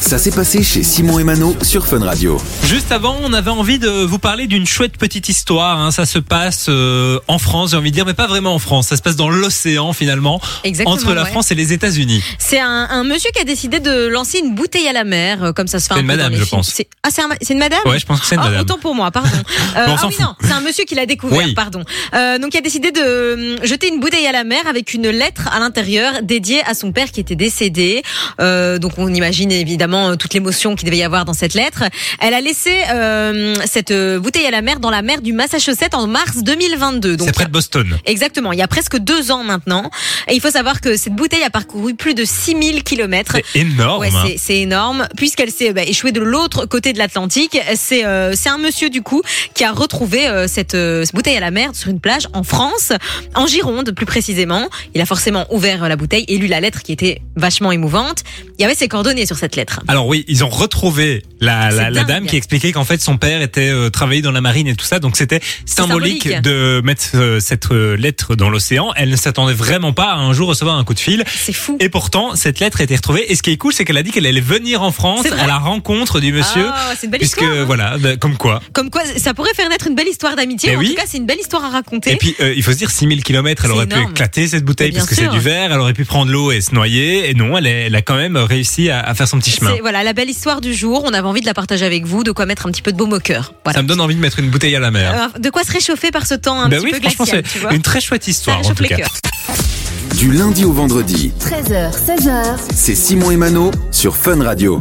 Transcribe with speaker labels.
Speaker 1: Ça s'est passé chez Simon et Mano sur Fun Radio.
Speaker 2: Juste avant, on avait envie de vous parler d'une chouette petite histoire. hein. Ça se passe euh, en France, j'ai envie de dire, mais pas vraiment en France. Ça se passe dans l'océan finalement,
Speaker 3: Exactement,
Speaker 2: entre la
Speaker 3: ouais. Ah
Speaker 2: France et les États-Unis.
Speaker 3: C'est un, un monsieur qui a décidé de lancer une bouteille à la mer, euh, comme ça se fait
Speaker 2: C'est
Speaker 3: un
Speaker 2: une
Speaker 3: peu dans
Speaker 2: madame,
Speaker 3: les
Speaker 2: je
Speaker 3: films.
Speaker 2: pense.
Speaker 3: C'est- Ah, c'est un ma- c'est une madame
Speaker 2: Ouais, je pense que c'est une
Speaker 3: Ah,
Speaker 2: madame.
Speaker 3: autant pour moi, pardon. Euh,
Speaker 2: Bon, on
Speaker 3: ah
Speaker 2: s'en
Speaker 3: oui,
Speaker 2: fout.
Speaker 3: non, c'est un monsieur qui l'a découvert,
Speaker 2: Oui.
Speaker 3: pardon. Euh, donc, il a décidé de hum, jeter une bouteille à la mer avec une lettre à l'intérieur dédiée à son père qui était décédé. Euh, donc, on imagine évidemment euh, toute l'émotion qu'il devait y avoir dans cette lettre. Elle a laissé euh, cette euh, bouteille à la mer dans la mer du Massachusetts en mars 2022. Donc,
Speaker 2: C'est près de Boston.
Speaker 3: Exactement, il y a presque deux ans maintenant. Et il faut savoir que cette bouteille a parcouru plus de 6000 kilomètres.
Speaker 2: C'est énorme. hein.
Speaker 3: Ouais, c'est- c'est énorme. Puisqu'elle s'est bah, échouée de l'autre côté de l'Atlantique, c'est euh, c'est un monsieur du coup qui a retrouvé euh, cette, euh, cette bouteille à la mer sur une plage en France, en Gironde plus précisément. Il a forcément ouvert euh, la bouteille et lu la lettre qui était vachement émouvante. Il y avait ses coordonnées sur cette lettre.
Speaker 2: Alors oui, ils ont retrouvé la, la,
Speaker 3: C'est
Speaker 2: la
Speaker 3: dingue.
Speaker 2: dame qui expliquait qu'en fait son père était euh, travaillé dans la marine et tout ça, donc c'était symbolique,
Speaker 3: symbolique.
Speaker 2: de mettre euh, cette euh, lettre dans l'océan. Elle ne s'attendait vraiment pas à un jour recevoir un coup de fil.
Speaker 3: C'est fou.
Speaker 2: Et pourtant, cette lettre a été retrouvée. Et ce qui est cool, c'est qu'elle a dit qu'elle allait venir en France
Speaker 3: C'est vrai
Speaker 2: à la rencontre du monsieur.
Speaker 3: Ah, c'est une belle
Speaker 2: Puisque
Speaker 3: histoire. hein.
Speaker 2: voilà, bah, comme quoi.
Speaker 3: Comme quoi, ça pourrait faire naître une belle histoire d'amitié.
Speaker 2: Mais
Speaker 3: En
Speaker 2: oui.
Speaker 3: tout cas, c'est une belle histoire à raconter.
Speaker 2: Et puis, euh, il faut se dire, 6000 km, elle
Speaker 3: C'est
Speaker 2: aurait pu
Speaker 3: énorme.
Speaker 2: éclater cette bouteille
Speaker 3: Mais bien
Speaker 2: parce que c'est
Speaker 3: sûr.
Speaker 2: du verre, elle aurait pu prendre l'eau et se noyer. Et non, elle, est- elle a quand même réussi à, à faire son petit chemin.
Speaker 3: C'est voilà la belle histoire du jour. On avait envie de la partager avec vous, de quoi mettre un petit peu de baume au cœur. Voilà.
Speaker 2: Ça me donne envie de mettre une bouteille à la mer.
Speaker 3: Euh, de quoi se réchauffer par ce temps un
Speaker 2: bah
Speaker 3: petit
Speaker 2: oui,
Speaker 3: peu
Speaker 2: franchement,
Speaker 3: glacial, tu vois.
Speaker 2: c'est une très chouette
Speaker 3: Ça
Speaker 2: histoire en
Speaker 3: réchauffe
Speaker 2: tout
Speaker 3: les
Speaker 2: cas.
Speaker 3: cœurs.
Speaker 1: Du lundi au vendredi,
Speaker 4: 13h, 16h,
Speaker 1: c'est Simon et Mano sur Fun Radio.